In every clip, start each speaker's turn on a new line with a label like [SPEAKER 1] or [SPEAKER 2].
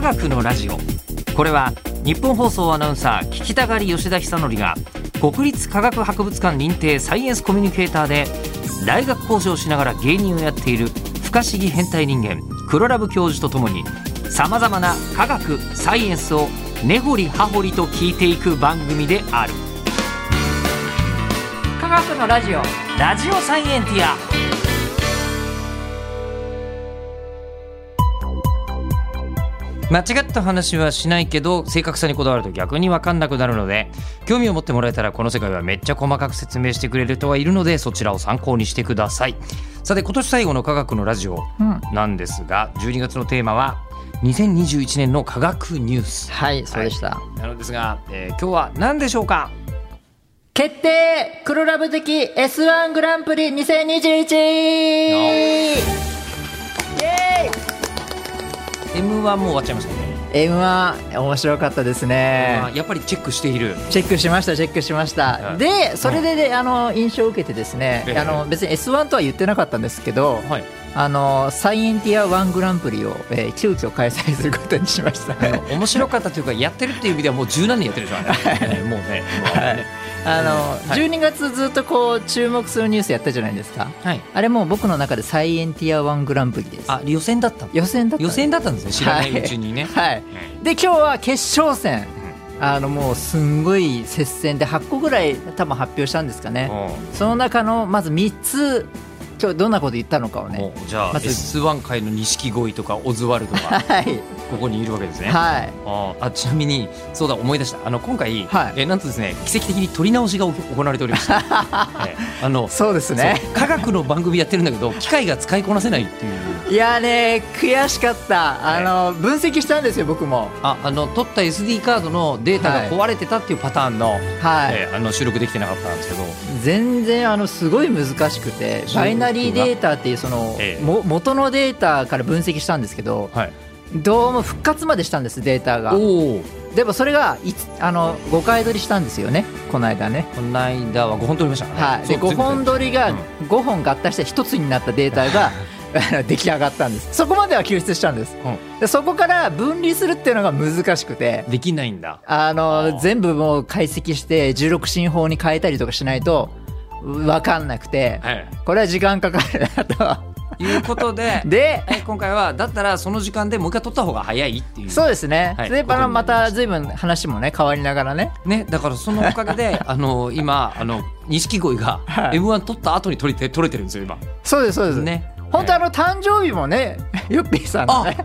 [SPEAKER 1] 学のラジオこれは日本放送アナウンサー聞きたがり吉田久典が国立科学博物館認定サイエンスコミュニケーターで大学講師をしながら芸人をやっている不可思議変態人間黒ラブ教授とともにさまざまな科学サイエンスを根掘り葉掘りと聞いていく番組である
[SPEAKER 2] 科学のラジオ
[SPEAKER 1] ラジオサイエンティア間違った話はしないけど正確さにこだわると逆に分かんなくなるので興味を持ってもらえたらこの世界はめっちゃ細かく説明してくれる人がいるのでそちらを参考にしてくださいさて今年最後の科学のラジオ
[SPEAKER 2] うん
[SPEAKER 1] なんですが12月のテーマは2021年の科学ニュース
[SPEAKER 2] はいそうでした、
[SPEAKER 1] なのですが、えー今日は何でしょうか
[SPEAKER 2] 決定黒ラブ的 S1 グランプリ2021イエーイ
[SPEAKER 1] M はもう終わっちゃいましたね
[SPEAKER 2] M1 面白かったですね
[SPEAKER 1] あーやっぱりチェックしている
[SPEAKER 2] チェックしましたチェックしました、
[SPEAKER 1] はい
[SPEAKER 2] でそれでで、あの印象を受けてですね、
[SPEAKER 1] ええ
[SPEAKER 2] あの別に S1 とは言ってなかったんですけど、
[SPEAKER 1] はい
[SPEAKER 2] あのサイエンティア1グランプリを、えー急遽開催することにしま した
[SPEAKER 1] あの面白かったというかやってるっていう意味ではもう十何年やってるでしょあれもうね
[SPEAKER 2] あの、
[SPEAKER 1] はい
[SPEAKER 2] 12月ずっとこう注目するニュースやったじゃないですか
[SPEAKER 1] はい
[SPEAKER 2] あれもう僕の中でサイエンティア1グランプリです
[SPEAKER 1] あ予選だったの
[SPEAKER 2] 予選だった
[SPEAKER 1] 予選
[SPEAKER 2] だ
[SPEAKER 1] だったんですね知らないうちにね、
[SPEAKER 2] はいで今日は決勝戦あのもうすんごい接戦で8個ぐらい多分発表したんですかね
[SPEAKER 1] うん
[SPEAKER 2] その中のまず3つ今日どんなこと言ったのかをね
[SPEAKER 1] もうじゃあ、
[SPEAKER 2] まず
[SPEAKER 1] S1 界の錦鯉とかオズワルドが
[SPEAKER 2] はい
[SPEAKER 1] ここにいるわけですね。
[SPEAKER 2] はい
[SPEAKER 1] あーあちなみにそうだ思い出したあの今回、
[SPEAKER 2] はい
[SPEAKER 1] えーなんとですね奇跡的に撮り直しが行われておりま した、えーあの
[SPEAKER 2] そうですね
[SPEAKER 1] そう科学の番組やってるんだけど機械が使いこなせないっていう
[SPEAKER 2] いやーね悔しかった
[SPEAKER 1] はい
[SPEAKER 2] あの分析したんですよ僕も
[SPEAKER 1] ああの撮った SD カードのデータが壊れてたっていうパターンの,、
[SPEAKER 2] はい、
[SPEAKER 1] えーあの収録できてなかったんですけど、
[SPEAKER 2] 全然あのすごい難しくて
[SPEAKER 1] そう
[SPEAKER 2] バイナリーデータっていうその、
[SPEAKER 1] ええ
[SPEAKER 2] も元のデータから分析したんですけど
[SPEAKER 1] はい、
[SPEAKER 2] どうも復活までしたんですデータが
[SPEAKER 1] おお
[SPEAKER 2] でもそれがいつあの5回取りしたんですよねこの間ね
[SPEAKER 1] この間は5本撮りましたから
[SPEAKER 2] は
[SPEAKER 1] ね、
[SPEAKER 2] い、で5本
[SPEAKER 1] り
[SPEAKER 2] 取りが
[SPEAKER 1] うん
[SPEAKER 2] 5本合体して1つになったデータが あの出来上がったんですそこまでは救出したんですでそこから分離するっていうのが難しくて
[SPEAKER 1] できないんだ
[SPEAKER 2] あ
[SPEAKER 1] あ
[SPEAKER 2] の
[SPEAKER 1] ー
[SPEAKER 2] 全部もう解析して16進法に変えたりとかしないと分かんなくて、
[SPEAKER 1] はい
[SPEAKER 2] これは時間かかるな
[SPEAKER 1] いうことで
[SPEAKER 2] と で
[SPEAKER 1] はい今回はだったらその時間でもう一回撮った方が早いっていう
[SPEAKER 2] そうですね、
[SPEAKER 1] はい
[SPEAKER 2] で
[SPEAKER 1] ここに
[SPEAKER 2] また随分話もね変わりながらね
[SPEAKER 1] ね、だからそのおかげ であの今あの錦鯉が
[SPEAKER 2] はい
[SPEAKER 1] m 1取った後に取れて取れてるんですよ今
[SPEAKER 2] そうですそうですね
[SPEAKER 1] ね
[SPEAKER 2] 本当あ
[SPEAKER 1] の
[SPEAKER 2] の誕生日もね ヨッピーさんのね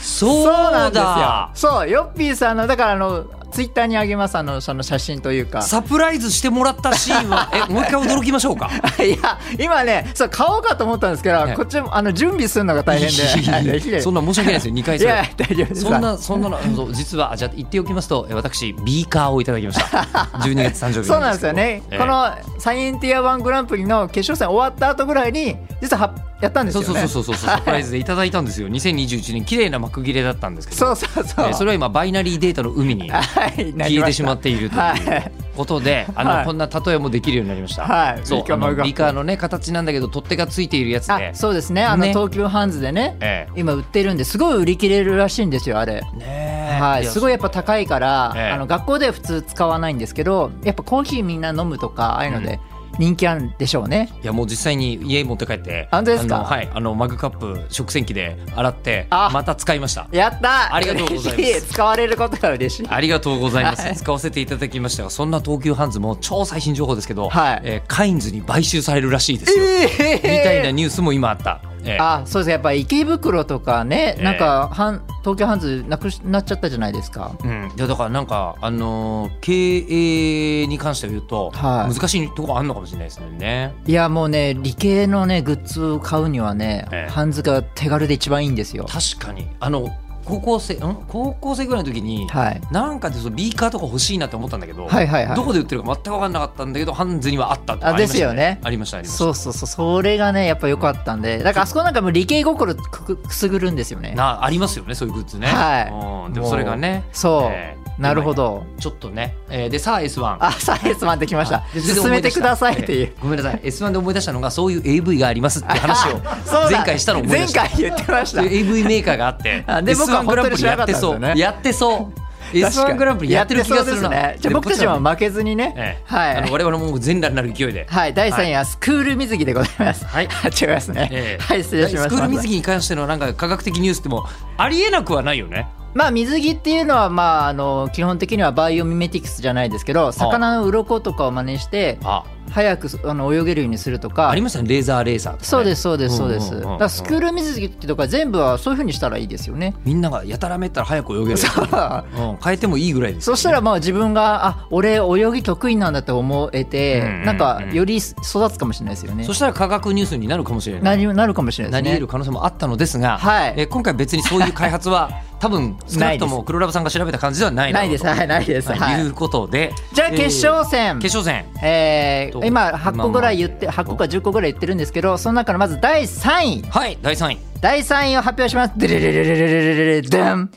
[SPEAKER 1] そう
[SPEAKER 2] なんですよ
[SPEAKER 1] だ
[SPEAKER 2] そうヨッピーさんのだからあのツイッターにあげますあのその写真というか
[SPEAKER 1] サプライズしてもらったシーンはえもう一回驚きましょうか
[SPEAKER 2] いや今ねそう買おうかと思ったんですけど、
[SPEAKER 1] はい
[SPEAKER 2] こっちもあの準備するのが 大変ではいできない
[SPEAKER 1] そんな申し訳ないですよ2回
[SPEAKER 2] い
[SPEAKER 1] そ
[SPEAKER 2] や
[SPEAKER 1] れ
[SPEAKER 2] 大丈夫です
[SPEAKER 1] そんなそんなのそう実はあじゃあ言っておきますとえ私ビーカーをいただきました12月誕生日
[SPEAKER 2] そうなんですよね、
[SPEAKER 1] けど
[SPEAKER 2] こ、
[SPEAKER 1] え
[SPEAKER 2] のサイエンティア1グランプリの決勝戦終わった後ぐらいに実ははやったん
[SPEAKER 1] え
[SPEAKER 2] です
[SPEAKER 1] そ
[SPEAKER 2] よ
[SPEAKER 1] う
[SPEAKER 2] ね
[SPEAKER 1] そうそうそうそうサプライズでいただいたんですよ2021年綺麗な幕切れだったんですけど
[SPEAKER 2] そうそうそう
[SPEAKER 1] えーそれは今バイナリーデータの海に
[SPEAKER 2] はいなり
[SPEAKER 1] 消え
[SPEAKER 2] ま
[SPEAKER 1] て
[SPEAKER 2] し
[SPEAKER 1] したまっているとい
[SPEAKER 2] は
[SPEAKER 1] う
[SPEAKER 2] い
[SPEAKER 1] ことで、あの、
[SPEAKER 2] はい
[SPEAKER 1] こんな例えもできるようになりました。
[SPEAKER 2] はい
[SPEAKER 1] そう
[SPEAKER 2] ビーカー
[SPEAKER 1] あの
[SPEAKER 2] マグカップ
[SPEAKER 1] ビーカーのね形なんだけど取っ手がついているやつ
[SPEAKER 2] あ
[SPEAKER 1] で、
[SPEAKER 2] そうですねあの
[SPEAKER 1] ね
[SPEAKER 2] 東急ハンズでね
[SPEAKER 1] ええ
[SPEAKER 2] 今売ってるんですごい売り切れるらしいんですよあれ
[SPEAKER 1] ねえ
[SPEAKER 2] はい、すごい
[SPEAKER 1] い
[SPEAKER 2] やっぱ高いから、
[SPEAKER 1] ええ
[SPEAKER 2] あの学校では普通使わないんですけどやっぱコーヒーみんな飲むとかああいうので人気あるんでしょうね、
[SPEAKER 1] や。いやもう実際に家持って帰って、
[SPEAKER 2] あ本当ですか
[SPEAKER 1] あのはい、あのマグカップ食洗機で洗って
[SPEAKER 2] あ
[SPEAKER 1] また使いました。
[SPEAKER 2] やった
[SPEAKER 1] ありがとうございます
[SPEAKER 2] 嬉し 使われることが嬉しい
[SPEAKER 1] ありがとうございます、
[SPEAKER 2] はい
[SPEAKER 1] 使わせていただきましたがそんな東急ハンズも超最新情報ですけど、
[SPEAKER 2] はい
[SPEAKER 1] えーカインズに買収されるらしいですよ、
[SPEAKER 2] み
[SPEAKER 1] みたいなニュースも今あった、えー
[SPEAKER 2] あそうですやっぱ池袋とかね、
[SPEAKER 1] ええ
[SPEAKER 2] なんかはん東京ハンズなくしなっちゃったじゃないですか
[SPEAKER 1] うん、いやだからなんか、あのー経営に関して言うと、
[SPEAKER 2] はい
[SPEAKER 1] 難しいとこあるのかもしれないですよね。
[SPEAKER 2] いやもうね理系のねグッズを買うにはね、
[SPEAKER 1] ええ
[SPEAKER 2] ハンズが手軽で一番いいんですよ
[SPEAKER 1] 確かにあの高校生ん高校生ぐらいの時に、
[SPEAKER 2] はい
[SPEAKER 1] なんかでそのビーカーとか欲しいなって思ったんだけど、
[SPEAKER 2] はいはいはい
[SPEAKER 1] どこで売ってるか全く分かんなかったんだけどハンズにはあったって
[SPEAKER 2] あですよね
[SPEAKER 1] ありましたありました
[SPEAKER 2] そうそうそうそれがねやっぱ良かったんでだからあそこなんかもう理系心くくくすぐるんですよね
[SPEAKER 1] なありますよねそういうグッズね、
[SPEAKER 2] はい
[SPEAKER 1] うんでもそれがね
[SPEAKER 2] そう
[SPEAKER 1] ええ
[SPEAKER 2] なるほど
[SPEAKER 1] ちょっとね、えーでさあ S1
[SPEAKER 2] あサイエンスマンできました
[SPEAKER 1] あで全然
[SPEAKER 2] 進
[SPEAKER 1] 思
[SPEAKER 2] め
[SPEAKER 1] 出
[SPEAKER 2] て
[SPEAKER 1] した
[SPEAKER 2] くださいってい
[SPEAKER 1] え
[SPEAKER 2] う
[SPEAKER 1] ーごめんなさい S1 で思い出したのがそういう AV がありますって話を
[SPEAKER 2] そうだ
[SPEAKER 1] 前回したの思い出した
[SPEAKER 2] 前回言ってました
[SPEAKER 1] そういう AV メーカーがあって
[SPEAKER 2] あで僕は
[SPEAKER 1] S1 グランプリやっ
[SPEAKER 2] 本当に知らなかった
[SPEAKER 1] てそ
[SPEAKER 2] んで
[SPEAKER 1] う
[SPEAKER 2] すよね
[SPEAKER 1] やってそう
[SPEAKER 2] 確か
[SPEAKER 1] S1
[SPEAKER 2] に
[SPEAKER 1] グランプリやってる気が
[SPEAKER 2] や
[SPEAKER 1] するな
[SPEAKER 2] ってそうですねじゃあ僕たちは負けずにね、
[SPEAKER 1] ええあ
[SPEAKER 2] はい
[SPEAKER 1] の我々も全裸になる勢いで、
[SPEAKER 2] はい第3位はスクール水着でございます
[SPEAKER 1] はい
[SPEAKER 2] 違いますね、
[SPEAKER 1] ええ
[SPEAKER 2] はい失礼しました
[SPEAKER 1] スクール水着に関してのなんか科学的ニュースでもありえなくはないよね
[SPEAKER 2] まあ水着っていうのはまああの基本的にはバイオミメティクスじゃないですけど魚の鱗とかを真似して
[SPEAKER 1] あ
[SPEAKER 2] 早くあの泳げるようにするとか
[SPEAKER 1] ありましたねレーザーレーサーとかね、
[SPEAKER 2] そうですそうですそうです、
[SPEAKER 1] うんうんうんうん
[SPEAKER 2] だからスクール水着ってとか全部はそういうふうにしたらいいですよね
[SPEAKER 1] みんながやたらめったら早く泳げる、
[SPEAKER 2] さあ
[SPEAKER 1] うん、変えてもいいぐらいです
[SPEAKER 2] そしたらまあ自分があ俺泳ぎ得意なんだと思えて、
[SPEAKER 1] うんうんうん
[SPEAKER 2] なんかより育つかもしれないですよね
[SPEAKER 1] そしたら科学ニュースになるかもしれな
[SPEAKER 2] ないりなるかもしれな
[SPEAKER 1] ないり
[SPEAKER 2] ですね
[SPEAKER 1] 得る可能性もあったのですが、
[SPEAKER 2] はい
[SPEAKER 1] えー今回別にそういう開 発は多分少なくと
[SPEAKER 2] ない
[SPEAKER 1] も黒ラブさんが調べた感じではないだ
[SPEAKER 2] な
[SPEAKER 1] ろ
[SPEAKER 2] いうですはいないです、
[SPEAKER 1] と
[SPEAKER 2] はい
[SPEAKER 1] いうことで、
[SPEAKER 2] じゃあ決
[SPEAKER 1] えー
[SPEAKER 2] 勝戦、
[SPEAKER 1] 決勝戦
[SPEAKER 2] えー
[SPEAKER 1] と
[SPEAKER 2] 今8個ぐらい言って
[SPEAKER 1] 今ま
[SPEAKER 2] 8
[SPEAKER 1] で
[SPEAKER 2] 個か10個ぐらい言ってるんですけどその中のまず第3位
[SPEAKER 1] はい第3位
[SPEAKER 2] 第3位を発表しますデレレレレレレレレドン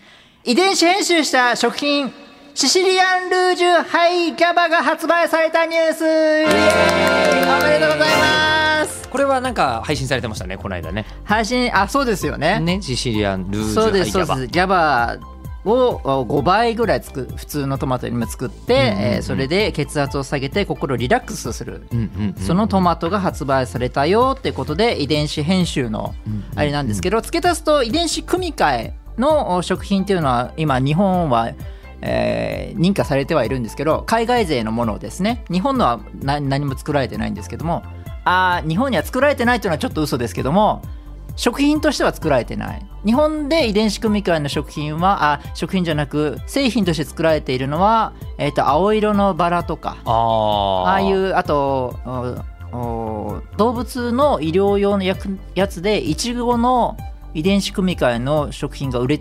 [SPEAKER 2] 遺伝子編集した食品シシリアンルージュハイギャバが発売されたニュースイエーイおめでとうございます
[SPEAKER 1] これはなんか配信されてましたねこの間ね
[SPEAKER 2] 配信あそうですよね
[SPEAKER 1] ねシシリアンルージュ
[SPEAKER 2] そうです
[SPEAKER 1] ハ
[SPEAKER 2] そ
[SPEAKER 1] イ
[SPEAKER 2] うです
[SPEAKER 1] ジャバ
[SPEAKER 2] ギャバをお5倍ぐらいつく普通のトマトにも作って、えーそれで血圧を下げて心をリラックスする
[SPEAKER 1] うんうんうん
[SPEAKER 2] そのトマトが発売されたよってことで遺伝子編集のあれなんですけど付け足すと遺伝子組み換えのお食品っていうのは今日本は、えー認可されてはいるんですけど海外勢のものをですね日本のは何何も作られてないんですけどもあー日本には作られてないというのはちょっと嘘ですけども食品としては作られてない日本で遺伝子組み換えの食品はあ食品じゃなく製品として作られているのは、えー、と青色のバラとか
[SPEAKER 1] ああ
[SPEAKER 2] ああいうあとおお動物の医療用のやくやつでイチゴの遺伝子組み換えの食品が売れ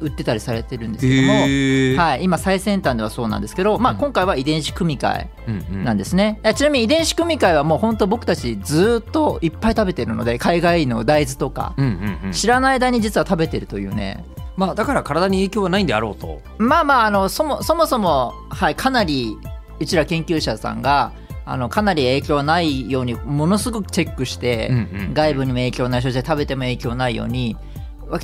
[SPEAKER 2] 売ってたりされてるんですけども、
[SPEAKER 1] へえ
[SPEAKER 2] はい、今最先端ではそうなんですけど、まあ、
[SPEAKER 1] うん
[SPEAKER 2] 今回は遺伝子組み換
[SPEAKER 1] うんう
[SPEAKER 2] え
[SPEAKER 1] ん
[SPEAKER 2] なんですね、えちなみに遺伝子組み換えはもう本当僕たちずーっといっぱい食べてるので海外の大豆とか、
[SPEAKER 1] うんうんうん
[SPEAKER 2] 知らない間に実は食べてるというね
[SPEAKER 1] まあだから体に影響はないんであろうと
[SPEAKER 2] まあまああのそもそもそも、はい、かなりうちら研究者さんがあのかなり影響ないようにものすごくチェックして、
[SPEAKER 1] うんうん
[SPEAKER 2] 外部にも影響ないそして食べても影響ないように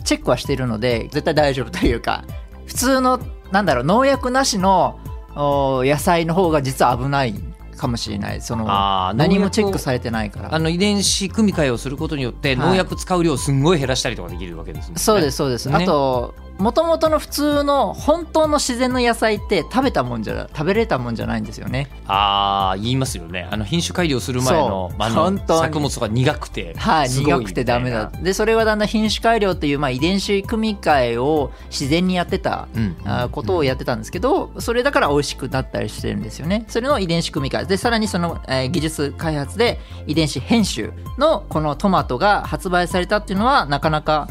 [SPEAKER 2] チェックはしてるので絶対大丈夫というか普通のなんだろう農薬なしのお野菜の方が実は危ないかもしれないその
[SPEAKER 1] あー
[SPEAKER 2] 何もチェックされてないから
[SPEAKER 1] あの遺伝子組み換えをすることによって
[SPEAKER 2] はい
[SPEAKER 1] 農薬使う量をすんごい減らしたりとかできるわけですもんね。
[SPEAKER 2] そうですそうです、
[SPEAKER 1] ね
[SPEAKER 2] あともともとの普通の本当の自然の野菜って食べたもんじゃ食べれたもんじゃないんですよね
[SPEAKER 1] ああ言いますよね。あの品種改良する前
[SPEAKER 2] そ
[SPEAKER 1] の
[SPEAKER 2] う
[SPEAKER 1] あ
[SPEAKER 2] 本当
[SPEAKER 1] の
[SPEAKER 2] に
[SPEAKER 1] 作物が苦くて、
[SPEAKER 2] はい、
[SPEAKER 1] すご
[SPEAKER 2] 苦くてダメだ
[SPEAKER 1] みたい
[SPEAKER 2] でそれはだんだん品種改良っていう、まあ、遺伝子組み換えを自然にやってた、
[SPEAKER 1] うん
[SPEAKER 2] あーことをやってたんですけどそれだから美味しくなったりしてるんですよねそれの遺伝子組み換えでさらにその、えー技術開発で遺伝子編集のこのトマトが発売されたっていうのはなかなか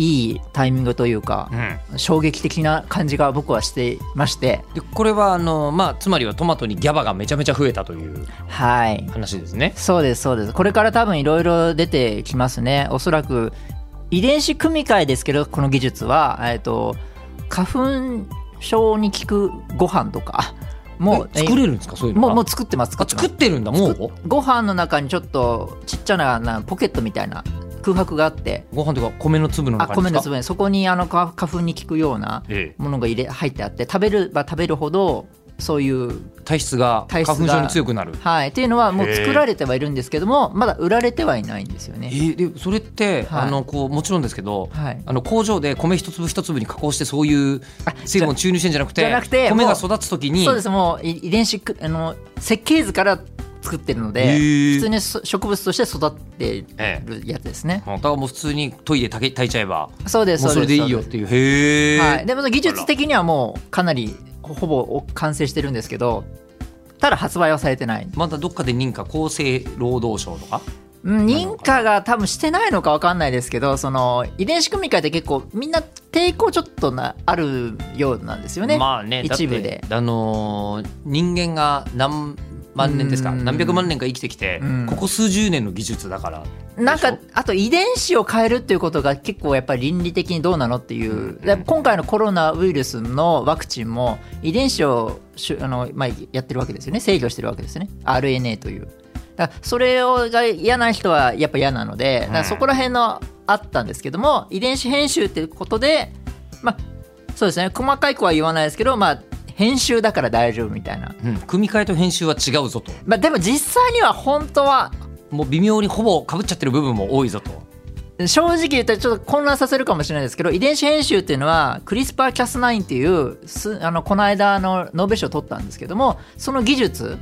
[SPEAKER 2] いいタイミングというか、
[SPEAKER 1] な。うん
[SPEAKER 2] 衝撃的な感じが僕はしていまして
[SPEAKER 1] でこれはあのまあつまりはトマトにギャバがめちゃめちゃ増えたという
[SPEAKER 2] はい
[SPEAKER 1] 話ですね。
[SPEAKER 2] そうですそうですこれから多分いろいろ出てきますねおそらく遺伝子組み換えですけどこの技術は、えっと花粉症に効くご飯とかもう
[SPEAKER 1] え作れるんですかそういうの
[SPEAKER 2] も
[SPEAKER 1] が
[SPEAKER 2] うもう作ってます
[SPEAKER 1] あ
[SPEAKER 2] 作ってま
[SPEAKER 1] 作
[SPEAKER 2] す
[SPEAKER 1] ってるんだもう
[SPEAKER 2] ご飯の中にちょっとちっちゃななポケットみたいな空白があって
[SPEAKER 1] ご飯とか米の粒の
[SPEAKER 2] あ
[SPEAKER 1] 中に
[SPEAKER 2] 米
[SPEAKER 1] ですか
[SPEAKER 2] の粒にそこにあの花花粉に効くような
[SPEAKER 1] ええ
[SPEAKER 2] ものが入れ入ってあって食べれば食べるほどそういう
[SPEAKER 1] 体質が
[SPEAKER 2] 体
[SPEAKER 1] 花
[SPEAKER 2] 質が
[SPEAKER 1] 粉症に強くなる。
[SPEAKER 2] はい、っていうのはもう作られてはいるんですけどもまだ売られてはいないんですよ
[SPEAKER 1] え
[SPEAKER 2] ね。
[SPEAKER 1] ーでそれって、
[SPEAKER 2] はい
[SPEAKER 1] あのこうもちろんですけど、
[SPEAKER 2] はい
[SPEAKER 1] あの工場で米一粒一粒に加工してそういう成分を注入してんじゃなくて
[SPEAKER 2] じゃなくて
[SPEAKER 1] 米が
[SPEAKER 2] もう
[SPEAKER 1] 育つ時に
[SPEAKER 2] そうですもうい遺伝子くあの設計図から作ってるので
[SPEAKER 1] へー
[SPEAKER 2] 普通にそ植物として育って
[SPEAKER 1] え
[SPEAKER 2] るやつですね。
[SPEAKER 1] だからもう普通に研いで炊け炊いちゃえば
[SPEAKER 2] そうです
[SPEAKER 1] もうそれでいいよっ
[SPEAKER 2] う
[SPEAKER 1] ていうへえ、
[SPEAKER 2] すはい、でも技術的にはもうかなりほほぼ完成してるんですけどただ発売はされてない、
[SPEAKER 1] まだどっかで認可厚生労働省とか
[SPEAKER 2] うん、認可が多分してないのか分かんないですけどその遺伝子組み換えって結構みんな抵抗ちょっとなあるようなんですよね。
[SPEAKER 1] まあねだって
[SPEAKER 2] 一部で
[SPEAKER 1] あのー人間が何万年ですか
[SPEAKER 2] うん
[SPEAKER 1] 何百万年か生きてきて
[SPEAKER 2] うん
[SPEAKER 1] ここ数十年の技術だから
[SPEAKER 2] なん
[SPEAKER 1] で
[SPEAKER 2] か
[SPEAKER 1] し
[SPEAKER 2] あと遺伝子を変えるっていうことが結構やっぱり倫理的にどうなのっていう、
[SPEAKER 1] うん
[SPEAKER 2] で今回のコロナウイルスのワクチンも遺伝子をしゅあの、まあ、やってるわけですよね制御してるわけですよね RNA というだからそれをが嫌な人はやっぱ嫌なのでだからそこら辺のあったんですけども遺伝子編集っていうことでまあそうですね細かい子は言わないですけどまあ編集だから大丈夫みたいな、
[SPEAKER 1] うん組み替えと編集は違うぞと
[SPEAKER 2] まあ、でも実際には本当は
[SPEAKER 1] もう微妙にほぼかぶっちゃってる部分も多いぞと
[SPEAKER 2] 正直言ったらちょっと混乱させるかもしれないですけど遺伝子編集っていうのはクリスパーキャス9っていうすあのこの間のノーベル賞を取ったんですけどもその技術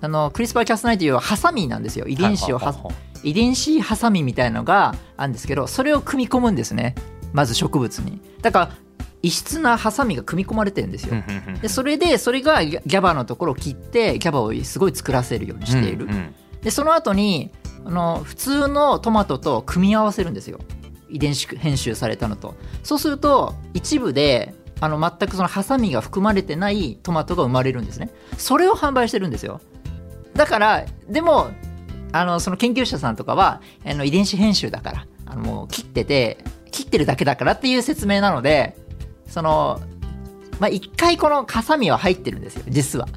[SPEAKER 2] あのクリスパーキャス9っていうハサミなんですよ遺伝子をは
[SPEAKER 1] は
[SPEAKER 2] 遺伝子ハサミみたいのがあるんですけどそれを組み込むんですねまず植物にだから異質なハサミが組み込まれてるんですよ、でそれでそれがギャギャバのところを切ってギャバをすごい作らせるようにしている、
[SPEAKER 1] うんうん
[SPEAKER 2] でその後にあの普通のトマトと組み合わせるんですよ遺伝子編集されたのとそうすると一部であの全くそのハサミが含まれてないトマトが生まれるんですねそれを販売してるんですよだからでもあのその研究者さんとかはあの遺伝子編集だからあのもう切ってて切ってるだけだからっていう説明なのでそのまあ一回このハサミは入ってるんですよ実は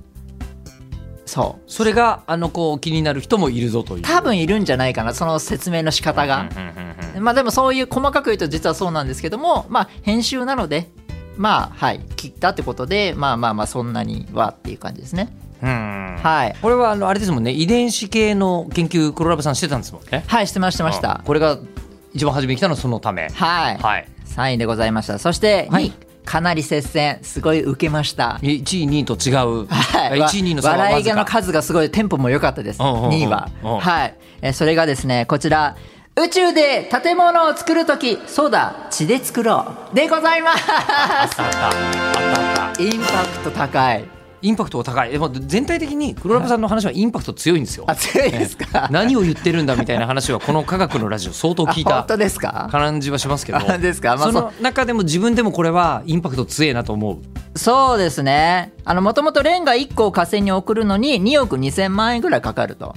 [SPEAKER 2] そう
[SPEAKER 1] それがあのこう気になる人もいるぞという
[SPEAKER 2] 多分いるんじゃないかなその説明の仕方が、
[SPEAKER 1] うんうんうんうん
[SPEAKER 2] まあでもそういう細かく言うと実はそうなんですけどもまあ編集なのでまあはい切ったってことでまあまあまあそんなにはっていう感じですね
[SPEAKER 1] うん
[SPEAKER 2] はい
[SPEAKER 1] これはあのあれですもんね遺伝子系の研究黒ラブさんしてたんですもんね
[SPEAKER 2] はいしてましたしてまし
[SPEAKER 1] うん
[SPEAKER 2] た
[SPEAKER 1] これが一番初めに来たのはそのため
[SPEAKER 2] はい、
[SPEAKER 1] はい
[SPEAKER 2] 3位でございましたそして2位、
[SPEAKER 1] はい
[SPEAKER 2] かなり接戦すごい受けました
[SPEAKER 1] 1位2位と違う、
[SPEAKER 2] はい、
[SPEAKER 1] 1位2位の差はわ
[SPEAKER 2] 笑い
[SPEAKER 1] ず
[SPEAKER 2] 毛の
[SPEAKER 1] か
[SPEAKER 2] 数がすごいテンポも良かったです
[SPEAKER 1] うんうんうん
[SPEAKER 2] 2位は
[SPEAKER 1] うん
[SPEAKER 2] はい、えーそれがですねこちら宇宙で建物を作るときそうだ血で作ろうでございます
[SPEAKER 1] あったあったあった
[SPEAKER 2] インパクト高い
[SPEAKER 1] インパクトが高いでも全体的に黒ラブさんの話はインパクト強いんですよ
[SPEAKER 2] あ強いですか
[SPEAKER 1] 何を言ってるんだみたい な話はこの科学のラジオ相当聞い
[SPEAKER 2] あ
[SPEAKER 1] た
[SPEAKER 2] 本当ですか
[SPEAKER 1] 感じはしますけど
[SPEAKER 2] あですかまあ
[SPEAKER 1] その中でも自分でもこれはインパクト強えなと思う
[SPEAKER 2] そうですねあのもともとレンガ1個を火星に送るのに2億2000万円ぐらいかかると、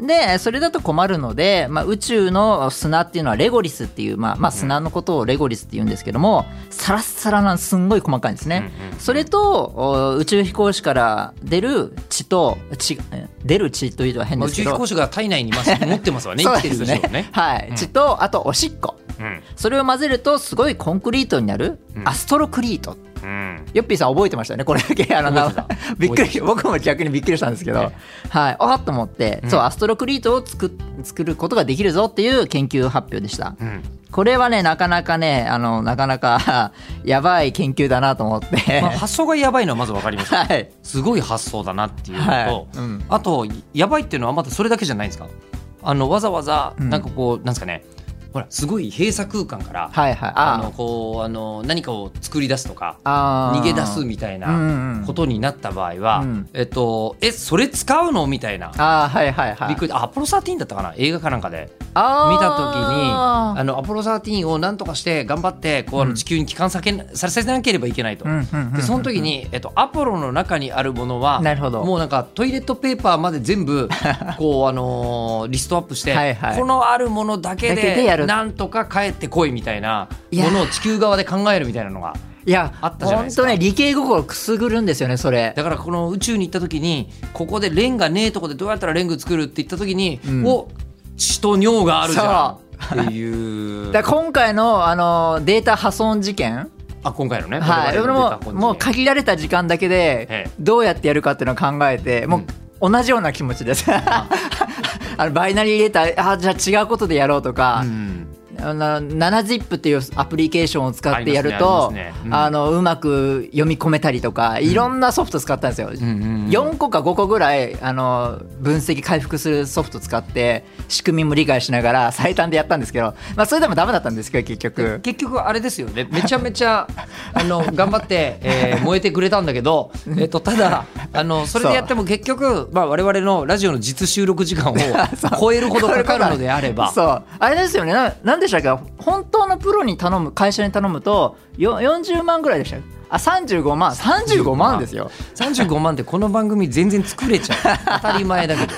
[SPEAKER 2] でそれだと困るので、まあ、宇宙の砂っていうのはレゴリスっていう、まあまあ、砂のことをレゴリスって言うんですけどもサラッサラなんすんごい細かいんですね、それとお宇宙飛行士から出る血と血え出る血というのは変
[SPEAKER 1] まあ
[SPEAKER 2] で
[SPEAKER 1] 宇
[SPEAKER 2] すけど、
[SPEAKER 1] 宙飛行士が体内にいます持ってますわね
[SPEAKER 2] そ
[SPEAKER 1] 生
[SPEAKER 2] う
[SPEAKER 1] きて
[SPEAKER 2] で
[SPEAKER 1] る
[SPEAKER 2] す
[SPEAKER 1] でしょうね
[SPEAKER 2] はい、血とあとおしっこ
[SPEAKER 1] うん
[SPEAKER 2] それを混ぜるとすごいコンクリートになる、
[SPEAKER 1] うん
[SPEAKER 2] アストロクリート
[SPEAKER 1] うん
[SPEAKER 2] ヨッピーさん覚えてましたよねこれだけあの名
[SPEAKER 1] 覚え
[SPEAKER 2] 前
[SPEAKER 1] てた
[SPEAKER 2] びっく
[SPEAKER 1] 覚えて
[SPEAKER 2] り僕も逆にびっくりしたんですけど、
[SPEAKER 1] ね
[SPEAKER 2] はいあっと思って、
[SPEAKER 1] うん
[SPEAKER 2] そうアストロクリートを作っ作ることができるぞっていう研究発表でした
[SPEAKER 1] うん
[SPEAKER 2] これはねなかなかねあのなかなか やばい研究だなと思 って、
[SPEAKER 1] まあ、発想がやばいのはまず分かります
[SPEAKER 2] はい
[SPEAKER 1] すごい発想だなっていうのと、
[SPEAKER 2] はい、うん、
[SPEAKER 1] あとやばいっていうのはまたそれだけじゃないんですかあのわざわざ
[SPEAKER 2] うん
[SPEAKER 1] なんかこう、なんですかねほらすごい閉鎖空間から、
[SPEAKER 2] はいはい
[SPEAKER 1] あの
[SPEAKER 2] あ
[SPEAKER 1] こうあの何かを作り出すとか
[SPEAKER 2] あー
[SPEAKER 1] 逃げ出すみたい
[SPEAKER 2] うん
[SPEAKER 1] な
[SPEAKER 2] うん
[SPEAKER 1] ことになった場合は、
[SPEAKER 2] うん
[SPEAKER 1] えっとえそれ使うのみたいな。
[SPEAKER 2] あーはいはいはい
[SPEAKER 1] びっくりあアポロ13だったかな映画かなんかで
[SPEAKER 2] あー
[SPEAKER 1] 見た時にあのアポロ13をなんとかして頑張ってこうあの地球に帰還さけなさせなければいけないと、
[SPEAKER 2] うんうんうんうん
[SPEAKER 1] でその時に、えっと、アポロの中にあるものは
[SPEAKER 2] なるほど
[SPEAKER 1] もうなんかトイレットペーパーまで 全部こう、あのーリストアップして
[SPEAKER 2] はいはい
[SPEAKER 1] このあるものだけ
[SPEAKER 2] だけでや
[SPEAKER 1] で
[SPEAKER 2] る
[SPEAKER 1] なんとか帰ってこいみたいない
[SPEAKER 2] や
[SPEAKER 1] ものを地球側で考えるみたいなのが
[SPEAKER 2] いや
[SPEAKER 1] あったじゃないですか
[SPEAKER 2] 本当ね理系心くすぐるんですよねそれ
[SPEAKER 1] だからこの宇宙に行った時にここでレンガねえとこでどうやったらレンガ作るって言った時に、
[SPEAKER 2] ん
[SPEAKER 1] お血と尿があるじゃんっていう
[SPEAKER 2] だから今回のあのデータ破損事件
[SPEAKER 1] あ今回のね
[SPEAKER 2] はい、
[SPEAKER 1] 我々のデータ
[SPEAKER 2] も
[SPEAKER 1] 本
[SPEAKER 2] う
[SPEAKER 1] に
[SPEAKER 2] もう限られた時間だけ
[SPEAKER 1] ええ
[SPEAKER 2] でどうやってやるかっていうのを考えてもう同じような気持ちです あのバイナリーデータあじゃあ違うことでやろうとか
[SPEAKER 1] う、ん
[SPEAKER 2] あの 7zip っていうアプリケーションを使ってやる
[SPEAKER 1] あ
[SPEAKER 2] と
[SPEAKER 1] りますねありますねうん
[SPEAKER 2] あのうまく読み込めたりとかいろんなソフト使ったんですよ、
[SPEAKER 1] うんうん
[SPEAKER 2] 4個か5個ぐらいあの分析回復するソフト使って仕組みも理解しながら最短でやったんですけど、まあ、それでもダメだったんですけど結局
[SPEAKER 1] 結局あれですよねめちゃめちゃ あの頑張って、えー燃えてくれたんだけ ど、えっとただあのそれでやっても結局、まあ、我々のラジオの実収録時間 を超えるほどかかるのであれ ば
[SPEAKER 2] そうあれですよねななんでしたっけ本当のプロに頼む会社に頼むとよ40万ぐらいでしたっけあ35万35万ですよ
[SPEAKER 1] 35万でこの番組全然作れちゃう当たり前だけど、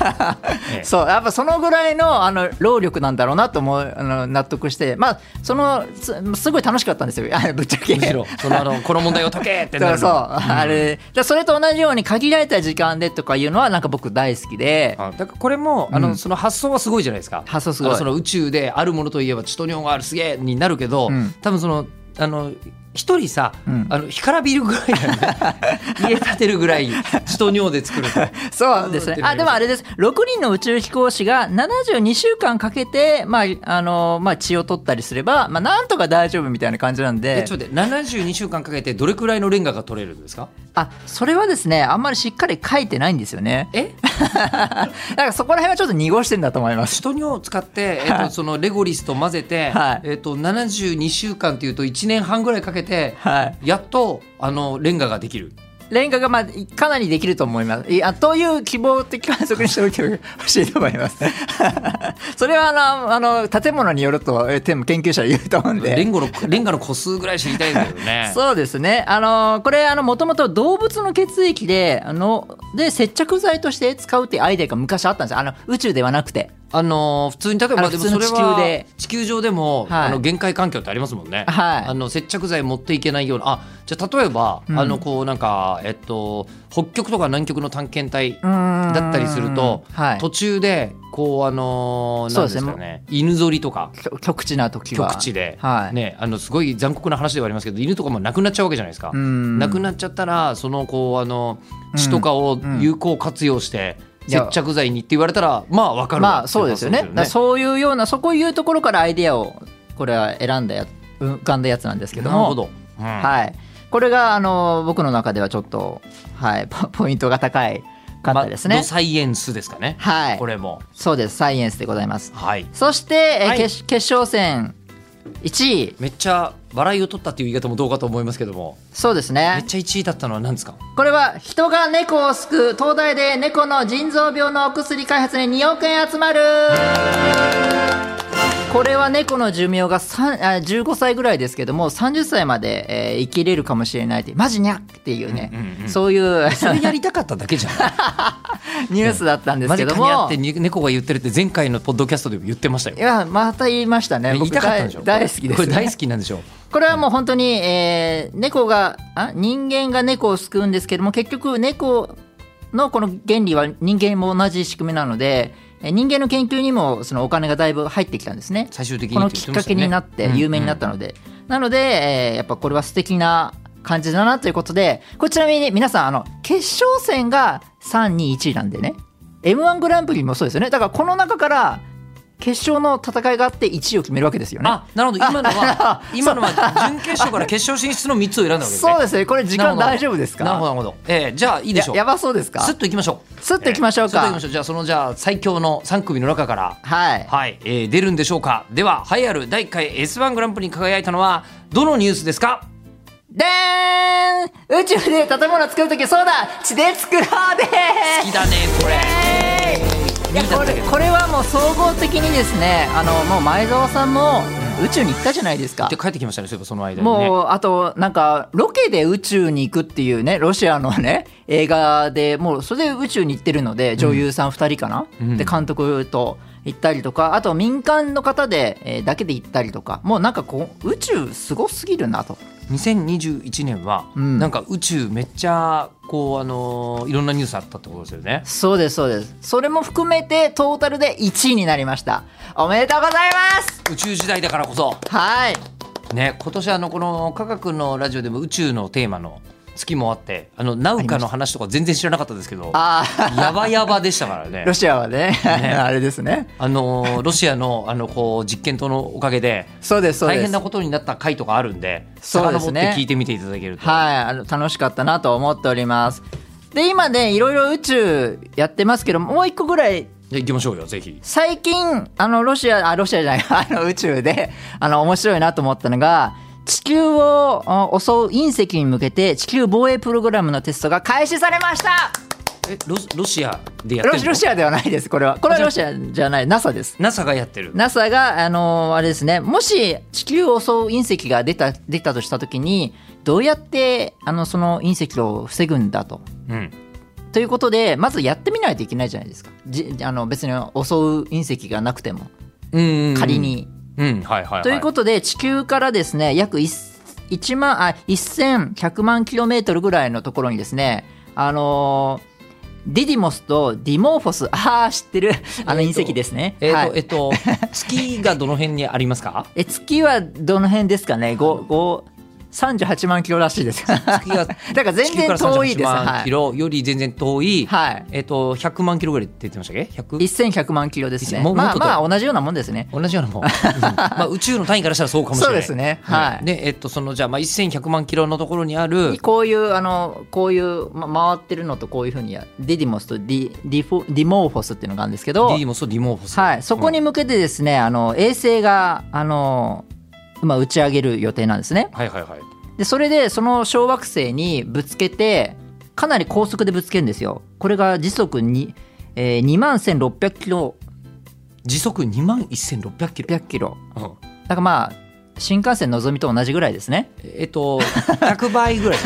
[SPEAKER 1] ええ
[SPEAKER 2] そうやっぱそのぐらいのあの労力なんだろうなと思うあの納得してまあそのすすごい楽しかったんですよあのぶっちゃけ
[SPEAKER 1] むしろそのあのこの問題を解けってな
[SPEAKER 2] そう
[SPEAKER 1] る
[SPEAKER 2] そう、
[SPEAKER 1] の
[SPEAKER 2] あれだそれと同じように限られた時間でとかいうのはなんか僕大好きで
[SPEAKER 1] あだからこれもあの、
[SPEAKER 2] うん
[SPEAKER 1] その発想はすごいじゃないですか
[SPEAKER 2] 発想すごい
[SPEAKER 1] あのその宇宙であるものといえばチトニョンがあるすげえになるけど、
[SPEAKER 2] うん
[SPEAKER 1] 多分そのあの一人さ、
[SPEAKER 2] うん
[SPEAKER 1] あの干からびるぐらいだ よね家建てるぐらいチトニョンで作ると
[SPEAKER 2] そうですね
[SPEAKER 1] うん
[SPEAKER 2] あでもあれです6人の宇宙飛行士が72週間かけて、まああのまあ、血を取ったりすれば、まあ、なんとか大丈夫みたいな感じなんで
[SPEAKER 1] えちょっと待って72週間かけてどれくらいのレンガが取れるんですか
[SPEAKER 2] あそれはですねあんまりしっかり書いてないんですよね
[SPEAKER 1] え
[SPEAKER 2] だからそこら辺はちょっと濁してんだと思います
[SPEAKER 1] チトニョンを使って、えっとそのレゴリスと混ぜて、
[SPEAKER 2] はい
[SPEAKER 1] えっと72週間というと1年半ぐらいかけて、
[SPEAKER 2] はい
[SPEAKER 1] やっとあのレンガができる
[SPEAKER 2] レンガがまあかなりできると思いますいやという希望的観測にしておい てほしいと思いますそれはあのあの建物によるとえー研究者は言うと思うん
[SPEAKER 1] レ
[SPEAKER 2] で
[SPEAKER 1] ンゴのレンガの個数ぐらい知りたいですけど ね
[SPEAKER 2] そうですねあのこれもともと動物の血液であので接着剤として使うっていうアイデアが昔あったんですよあの宇宙ではなくて
[SPEAKER 1] あのー普通に例えば
[SPEAKER 2] あの
[SPEAKER 1] でも
[SPEAKER 2] 普通
[SPEAKER 1] そ
[SPEAKER 2] の
[SPEAKER 1] れ
[SPEAKER 2] 地球
[SPEAKER 1] は
[SPEAKER 2] で
[SPEAKER 1] 地球上でも、
[SPEAKER 2] はい
[SPEAKER 1] あの限界環境ってありますもんね、
[SPEAKER 2] はい
[SPEAKER 1] あの接着剤持っていけないようなあじゃあ例えば、
[SPEAKER 2] うん
[SPEAKER 1] あのこうなんかえっと北極とか南極の探検隊だ
[SPEAKER 2] だ
[SPEAKER 1] ったりすると、
[SPEAKER 2] はい、
[SPEAKER 1] 途中でこうあのー
[SPEAKER 2] そ
[SPEAKER 1] な
[SPEAKER 2] うんで
[SPEAKER 1] です
[SPEAKER 2] すね
[SPEAKER 1] かね犬ぞりとか
[SPEAKER 2] 極地な時は
[SPEAKER 1] 極地で、
[SPEAKER 2] はい
[SPEAKER 1] ね、あのすごい残酷な話ではありますけど犬とかもなくなっちゃうわけじゃないですか。
[SPEAKER 2] うん
[SPEAKER 1] なくなっちゃったらそのこうあの
[SPEAKER 2] うん
[SPEAKER 1] 血とかを
[SPEAKER 2] ん
[SPEAKER 1] 有効活用して
[SPEAKER 2] いや
[SPEAKER 1] 接着剤にって言われたらまあわかるわ
[SPEAKER 2] まあそうですよね
[SPEAKER 1] って
[SPEAKER 2] だ
[SPEAKER 1] こ
[SPEAKER 2] か
[SPEAKER 1] と
[SPEAKER 2] らそういうようなそこいうところからアイデアをこれは選んだや浮かんだやつなんですけども
[SPEAKER 1] なるほど、うん
[SPEAKER 2] はい、これがあの僕の中ではちょっと、はい、 ポポイントが高い
[SPEAKER 1] ま
[SPEAKER 2] 方
[SPEAKER 1] あ
[SPEAKER 2] ですね
[SPEAKER 1] ド、サイエンスですかね、
[SPEAKER 2] はい
[SPEAKER 1] これも
[SPEAKER 2] そうですサイエンスでございます
[SPEAKER 1] はい
[SPEAKER 2] そして、えー
[SPEAKER 1] はい
[SPEAKER 2] 決決勝戦1位
[SPEAKER 1] めっちゃ笑いを取ったっていう言い方もどうかと思いますけども
[SPEAKER 2] そうです
[SPEAKER 1] めっ
[SPEAKER 2] ね
[SPEAKER 1] ちゃ1位だったのは何ですか
[SPEAKER 2] これは人が猫を救う東大で猫の腎臓病のお薬開発に2億円集まるこれは猫の寿命が3あ15歳ぐらいですけども30歳まで、えー生きれるかもしれないってマジにゃっていうね、
[SPEAKER 1] うんう ん
[SPEAKER 2] そういう
[SPEAKER 1] それやりたかっただ けじゃない
[SPEAKER 2] ニュースだったんです
[SPEAKER 1] マ
[SPEAKER 2] け
[SPEAKER 1] ジ
[SPEAKER 2] ど
[SPEAKER 1] かに合
[SPEAKER 2] も
[SPEAKER 1] ってに猫が言ってるって前回のポッドキャストでも言ってましたよ
[SPEAKER 2] いやまた言いましたね
[SPEAKER 1] 言い
[SPEAKER 2] 僕
[SPEAKER 1] たかったんでしょ
[SPEAKER 2] 大大好きです、
[SPEAKER 1] これ大
[SPEAKER 2] ね、
[SPEAKER 1] 好きなんでしょう
[SPEAKER 2] これはもう本当に、えー猫があ人間が猫を救うんですけども結局猫のこの原理は人間も同じ仕組みなのでえー人間の研究にもそのお金がだいぶ入ってきたんですね
[SPEAKER 1] 最終的に
[SPEAKER 2] この
[SPEAKER 1] て言
[SPEAKER 2] き
[SPEAKER 1] て
[SPEAKER 2] っ
[SPEAKER 1] ま
[SPEAKER 2] か
[SPEAKER 1] した
[SPEAKER 2] け
[SPEAKER 1] よね
[SPEAKER 2] になって有名になったので、なので、えーやっぱこれは素敵な感じだなということでこれちなみに皆さんあの決勝戦が321なんでね m 1グランプリもそうですよねだからこの中から決勝の戦いがあって1位を決めるわけですよね
[SPEAKER 1] あなるほど今のは
[SPEAKER 2] あ
[SPEAKER 1] 今のは準決勝から決勝進出の3つを選んだわけですね
[SPEAKER 2] そうですねこれ時間大丈夫ですか
[SPEAKER 1] なるほどなるほど、えー、じゃあいいでしょう
[SPEAKER 2] ややばそうですか
[SPEAKER 1] スッといきましょう
[SPEAKER 2] スッといきましょうか
[SPEAKER 1] えースッといきましょうじゃあそのじゃあ最強の3組の中から
[SPEAKER 2] はい
[SPEAKER 1] はい、えー、出るんでしょうかでは栄えある第1回 S1 グランプリに輝いたのはどのニュースですか
[SPEAKER 2] でーん宇宙で建物作るときそうだ地で作ろうで
[SPEAKER 1] 好きだねこれ
[SPEAKER 2] いやこれこれはもう総合的にですねあのもう前澤さんも宇宙に行ったじゃないですか
[SPEAKER 1] で。帰ってきましたねそういえばその間にね
[SPEAKER 2] もうあとなんかロケで宇宙に行くっていうねロシアのね映画でもうそれで宇宙に行ってるので女優さん2人かな、
[SPEAKER 1] うん
[SPEAKER 2] で監督と行ったりとかあと民間の方で、えーだけで行ったりとかもうなんかこう宇宙すごすぎるなと
[SPEAKER 1] 2021年は、
[SPEAKER 2] うん
[SPEAKER 1] なんか宇宙めっちゃこうあのーいろんなニュースあったってことですよね
[SPEAKER 2] そうですそうですそれも含めてトータルで1位になりましたおめでとうございます
[SPEAKER 1] 宇宙時代だからこそ
[SPEAKER 2] はい
[SPEAKER 1] ね今年あのこの科学のラジオでも宇宙のテーマの月もあってあのナウカの話とか全然知らなかったですけど
[SPEAKER 2] ああ
[SPEAKER 1] やばやばでしたからね
[SPEAKER 2] ロシアはね あれですね
[SPEAKER 1] あのロシアのあのこう実験棟のおかげで
[SPEAKER 2] そうですそう
[SPEAKER 1] 大
[SPEAKER 2] です
[SPEAKER 1] 変なことになった回とかあるんで
[SPEAKER 2] そうです
[SPEAKER 1] 遡って
[SPEAKER 2] ね
[SPEAKER 1] 聞いてみていただけると、
[SPEAKER 2] はいあの楽しかったなと思っておりますで今ねいろいろ宇宙やってますけどもう一個ぐらい
[SPEAKER 1] じゃあ行きましょうよぜひ
[SPEAKER 2] 最近あのロシアあロシアじゃない あの宇宙であの面白いなと思ったのが地球をあ襲う隕石に向けて地球防衛プログラムのテストが開始されました
[SPEAKER 1] えロロシアでやって
[SPEAKER 2] ロ
[SPEAKER 1] る
[SPEAKER 2] シ
[SPEAKER 1] の
[SPEAKER 2] ロシアではないですこれはこれはロシアじゃない NASA です
[SPEAKER 1] NASA がやってる
[SPEAKER 2] NASA が、あのーあれですね、もし地球を襲う隕石が出た出たとしたときに、どうやってあのその隕石を防ぐんだと。
[SPEAKER 1] うん
[SPEAKER 2] ということでまずやってみないといけないじゃないですかじあの別に襲う隕石がなくても
[SPEAKER 1] うん
[SPEAKER 2] 仮に。
[SPEAKER 1] うんはいはい、はい、
[SPEAKER 2] ということで地球からですね約1 1万あ1100万キロメートルぐらいのところにですねあのーディディモスとディモーフォスああ知ってるあの
[SPEAKER 1] えーと
[SPEAKER 2] 隕石ですね、
[SPEAKER 1] えっ、と、
[SPEAKER 2] はい。
[SPEAKER 1] えっ、と、月がどの辺にありますか
[SPEAKER 2] え月はどの辺ですかね5 5 38万キロらしいです だか
[SPEAKER 1] 月が
[SPEAKER 2] ら全
[SPEAKER 1] 地球か
[SPEAKER 2] 然
[SPEAKER 1] ら
[SPEAKER 2] 遠いで
[SPEAKER 1] 38
[SPEAKER 2] す
[SPEAKER 1] 万
[SPEAKER 2] は
[SPEAKER 1] キ
[SPEAKER 2] い、
[SPEAKER 1] ロより全然遠い。
[SPEAKER 2] はい、
[SPEAKER 1] えっ、と、100万キロぐらいって言ってましたっけ。100。
[SPEAKER 2] 1100万キロですね
[SPEAKER 1] ももっ
[SPEAKER 2] まあ
[SPEAKER 1] と
[SPEAKER 2] まあ同じようなもんですね
[SPEAKER 1] 同じようなもん。うんまあ、宇宙の単位からしたらそうかもしれ
[SPEAKER 2] そう
[SPEAKER 1] ない。
[SPEAKER 2] ですねはい、
[SPEAKER 1] で、えっ、と、その、じゃあ、まあ、1100万キロのところにある。
[SPEAKER 2] こういうあのこういう、ま、回ってるのとこういうふうにやディディモスとディディフォディモーフォスっていうのがあるんですけど
[SPEAKER 1] ディモス、ディモーフォス。
[SPEAKER 2] はい、そこに向けてですね、あの衛星があの、まあ、打ち上げる予定なんですね
[SPEAKER 1] はいはいはい。
[SPEAKER 2] でそれでその小惑星にぶつけてかなり高速でぶつけるんですよこれが時速に、えー、2万1600キロ
[SPEAKER 1] 時速2万1600キロ。
[SPEAKER 2] 100キロ
[SPEAKER 1] うん
[SPEAKER 2] だからまあ新幹線のぞみと同じぐらいですね、
[SPEAKER 1] えっと、100倍 ぐらい、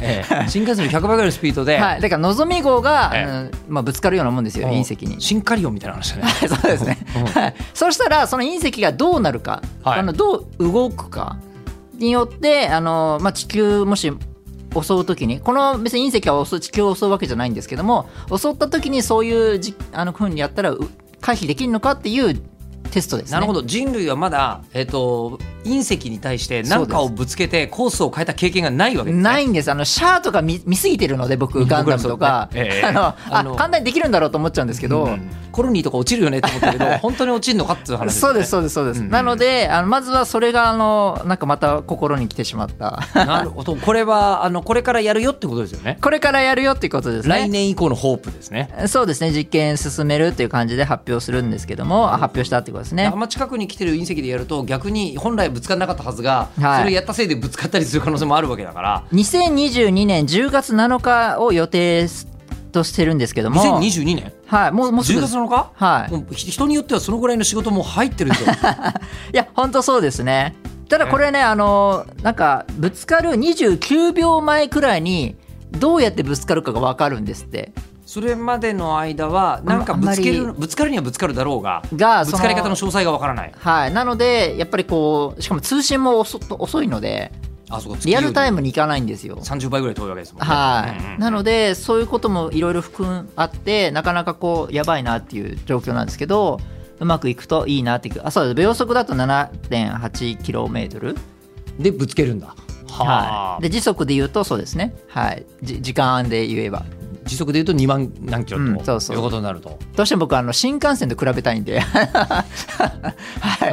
[SPEAKER 1] ええ新幹線の100倍ぐらいのスピードで、
[SPEAKER 2] はい、だからのぞみ号が、
[SPEAKER 1] ええ
[SPEAKER 2] うんまあ、ぶつかるようなもんですよ
[SPEAKER 1] うん
[SPEAKER 2] 隕石に
[SPEAKER 1] シンカリオンみたいな話だね。
[SPEAKER 2] はい そうですね、
[SPEAKER 1] うん
[SPEAKER 2] はい、そうしたらその隕石がどうなるか、
[SPEAKER 1] はい
[SPEAKER 2] あのどう動くかによってあの、まあ、地球もし襲う時にこの別に隕石は襲う地球を襲うわけじゃないんですけども襲った時にそういうじあのふうにやったらう回避できるのかっていうテストですね。
[SPEAKER 1] なるほ
[SPEAKER 2] ど
[SPEAKER 1] ど人類はまだ、えっと隕石に対して何かをぶつけてコースを変えた経験がないわけです、ね、
[SPEAKER 2] ないんですあのシャアとか見見すぎてるので僕ガンダムとか、
[SPEAKER 1] 僕らそうですねえ え
[SPEAKER 2] あの
[SPEAKER 1] あの
[SPEAKER 2] あ簡単にできるんだろうと思っちゃうんですけど、
[SPEAKER 1] うんコロニーとか落ちるよねって思ったけど本当に落ちるのかっていう話
[SPEAKER 2] そうですそ
[SPEAKER 1] ね
[SPEAKER 2] うですそうです、
[SPEAKER 1] うん
[SPEAKER 2] なのであのまずはそれがあのなんかまた心に来てしまった
[SPEAKER 1] なるほどこれはあのこれからやるよってことですよね
[SPEAKER 2] これからやるよっていうことです
[SPEAKER 1] 来
[SPEAKER 2] ね。
[SPEAKER 1] 年以降のホープですね
[SPEAKER 2] そうですね実験進めるという感じで発表するんですけどもあ発表したってことですね
[SPEAKER 1] あん。ま近くに来てる隕石でやると逆に本来ぶつからなかったはずが、
[SPEAKER 2] はい
[SPEAKER 1] それやったせいでぶつかったりする可能性もあるわけだから
[SPEAKER 2] 2022年10月7日を予定としてるんですけども、
[SPEAKER 1] 2022年
[SPEAKER 2] はいもうもうす
[SPEAKER 1] 10
[SPEAKER 2] ぐ
[SPEAKER 1] 月7日、
[SPEAKER 2] はい
[SPEAKER 1] もうひ人によってはそのぐらいの仕事もう入ってる んですよ
[SPEAKER 2] いや本当そうですね。ただこれねあのなんかぶつかる29秒前くらいにどうやってぶつかるかがわかるんですって。
[SPEAKER 1] それまでの間はなんか
[SPEAKER 2] あんま
[SPEAKER 1] ぶつけ
[SPEAKER 2] あん
[SPEAKER 1] る
[SPEAKER 2] ま
[SPEAKER 1] ぶつかるにはぶつかるだろうが
[SPEAKER 2] が
[SPEAKER 1] ぶつかり方の
[SPEAKER 2] そ
[SPEAKER 1] 詳細がわからない
[SPEAKER 2] はいなのでやっぱりこうしかも通信も遅遅いので
[SPEAKER 1] あそうか
[SPEAKER 2] リアルタイ
[SPEAKER 1] ム
[SPEAKER 2] ムに行かないんですよ。
[SPEAKER 1] 30倍ぐらい遠いわけですもんね
[SPEAKER 2] はい、
[SPEAKER 1] うんうん
[SPEAKER 2] なのでそういうこともいろいろ含あってなかなかこうやばいなっていう状況なんですけどうまくいくといいなっていうあそうです秒速だと 7.8km、
[SPEAKER 1] でぶつけるんだ
[SPEAKER 2] は、
[SPEAKER 1] はい
[SPEAKER 2] で
[SPEAKER 1] いで
[SPEAKER 2] 時速で言うとそうですね、はい、じ時間で言えば
[SPEAKER 1] 時速でいうと2万何キロ
[SPEAKER 2] うん
[SPEAKER 1] と
[SPEAKER 2] そうそう
[SPEAKER 1] いうことになると
[SPEAKER 2] どうしても僕あの新幹線と比べたいんで
[SPEAKER 1] まあ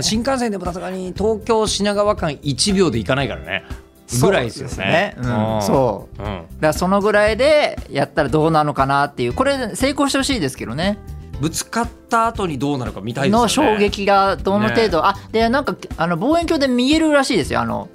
[SPEAKER 1] 新幹線でもさすがに東京品川間1秒で行かないからね ぐらいですよ
[SPEAKER 2] そうで
[SPEAKER 1] ね
[SPEAKER 2] すねうんそう
[SPEAKER 1] うんうん
[SPEAKER 2] だからそのぐらいでやったらどうなのかなっていうこれ成功してほしいですけどね
[SPEAKER 1] ぶつかった後にどうなるか見たいですよね
[SPEAKER 2] の衝撃がどの程度、あでなんかあの望遠鏡で見えるらしいですよあの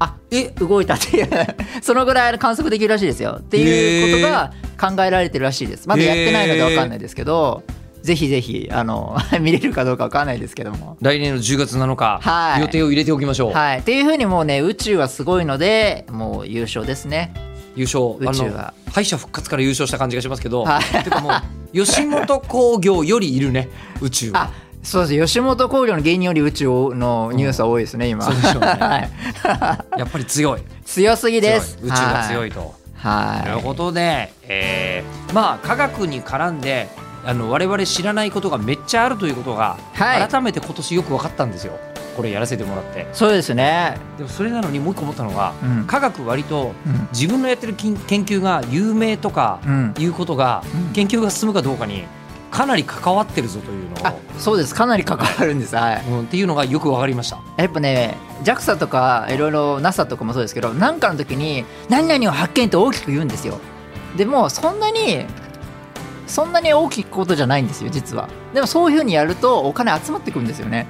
[SPEAKER 2] あえ動いたっていう そのぐらい観測できるらしいですよっていうことが考えられてるらしいですまだやってないのでわかんないですけど、ぜひぜひあの 見れるかどうかわかんないですけども。
[SPEAKER 1] 来年の10月7日、
[SPEAKER 2] はい
[SPEAKER 1] 予定を入れておきましょう、
[SPEAKER 2] はい、っていうふうにもうね宇宙はすごいのでもう優勝ですね。
[SPEAKER 1] 優勝
[SPEAKER 2] 宇宙は
[SPEAKER 1] あの敗者復活から優勝した感じがしますけど、
[SPEAKER 2] は
[SPEAKER 1] てかも う吉本興業よりいるね宇宙は
[SPEAKER 2] あそうです吉本興業の芸人より宇宙のニュースは多いですね、今
[SPEAKER 1] そうでしょうね
[SPEAKER 2] はい
[SPEAKER 1] やっぱり強い
[SPEAKER 2] 強すぎ
[SPEAKER 1] 強い
[SPEAKER 2] です。
[SPEAKER 1] 宇宙が強
[SPEAKER 2] い
[SPEAKER 1] いと、
[SPEAKER 2] はい
[SPEAKER 1] ということで、えーまあ科学に絡んであの我々知らないことがめっちゃあるということが、
[SPEAKER 2] はい
[SPEAKER 1] 改めて今年よく分かったんですよこれやらせてもらって
[SPEAKER 2] そうですね。
[SPEAKER 1] でもそれなのにもう一個思ったのが、
[SPEAKER 2] うん
[SPEAKER 1] 科学割と
[SPEAKER 2] うん
[SPEAKER 1] 自分のやってる研研究が有名とか
[SPEAKER 2] うん
[SPEAKER 1] いうことが、
[SPEAKER 2] うん
[SPEAKER 1] 研究が進むかどうかにかなり関わってるぞというの
[SPEAKER 2] あ
[SPEAKER 1] を、
[SPEAKER 2] そうですかなり関わるんですはい
[SPEAKER 1] うん、っていうのがよく分かりました
[SPEAKER 2] やっぱね JAXA とかいろいろ NASA とかもそうですけど何かの時に「何々を発見」って大きく言うんですよでもそんなにそんなに大きいことじゃないんですよ実はでもそういうふうにやるとお金集まってくるんですよね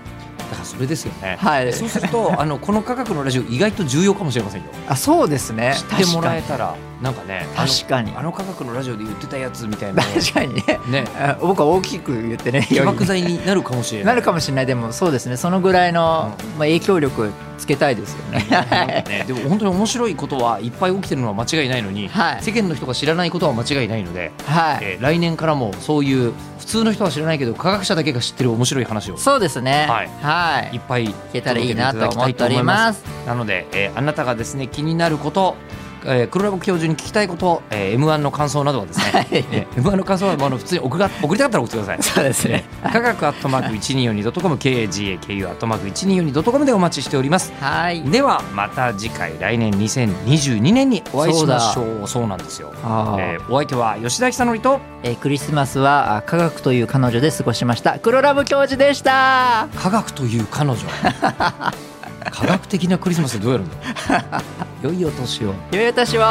[SPEAKER 1] だからそれですよね、
[SPEAKER 2] はい
[SPEAKER 1] そうするとあのこの価格のラジオ意外と重要かもしれませんよ
[SPEAKER 2] あそうですね
[SPEAKER 1] 知ってもらえたらなんかねあの
[SPEAKER 2] 確かに
[SPEAKER 1] あの価格のラジオで言ってたやつみたいなの
[SPEAKER 2] 確かにね
[SPEAKER 1] ね
[SPEAKER 2] あ僕は大きく言って ね
[SPEAKER 1] 起
[SPEAKER 2] より
[SPEAKER 1] 爆剤になるかもしれない
[SPEAKER 2] なるかもしれないでもそうですねそのぐらいの、まあ、影響力つけたいですよね はい
[SPEAKER 1] ね、でも本当に面白いことはいっぱい起きてるのは間違いないのに、
[SPEAKER 2] はい
[SPEAKER 1] 世間の人が知らないことは間違いないので、
[SPEAKER 2] はい
[SPEAKER 1] えー来年からもそういう普通の人は知らないけど科学者だけが知ってる面白い話を
[SPEAKER 2] そうですね
[SPEAKER 1] はい
[SPEAKER 2] はい
[SPEAKER 1] いっぱい
[SPEAKER 2] いけたらいいなと思っております
[SPEAKER 1] なので、えーあなたがですね気になること、えー、黒ラブ教授に聞きたいこと、えー、m 1の感想などはですね、
[SPEAKER 2] はい
[SPEAKER 1] えー m 1の感想はもうあの普通に送が送りたかったら送ってください。
[SPEAKER 2] そうですね
[SPEAKER 1] 科学アットマーク 1242.com KAGAKU アットマーク 1242.com でお待ちしております
[SPEAKER 2] はい
[SPEAKER 1] ではまた次回来年2022年にお会いしましょうそうなんですよ、
[SPEAKER 2] あー
[SPEAKER 1] えーお相手は吉田久典と
[SPEAKER 2] えークリスマスはあ科学という彼女で過ごしました黒ラブ教授でした
[SPEAKER 1] 科学という彼女 科学的なクリスマスってどうやるの良いお年を
[SPEAKER 2] 良いお年を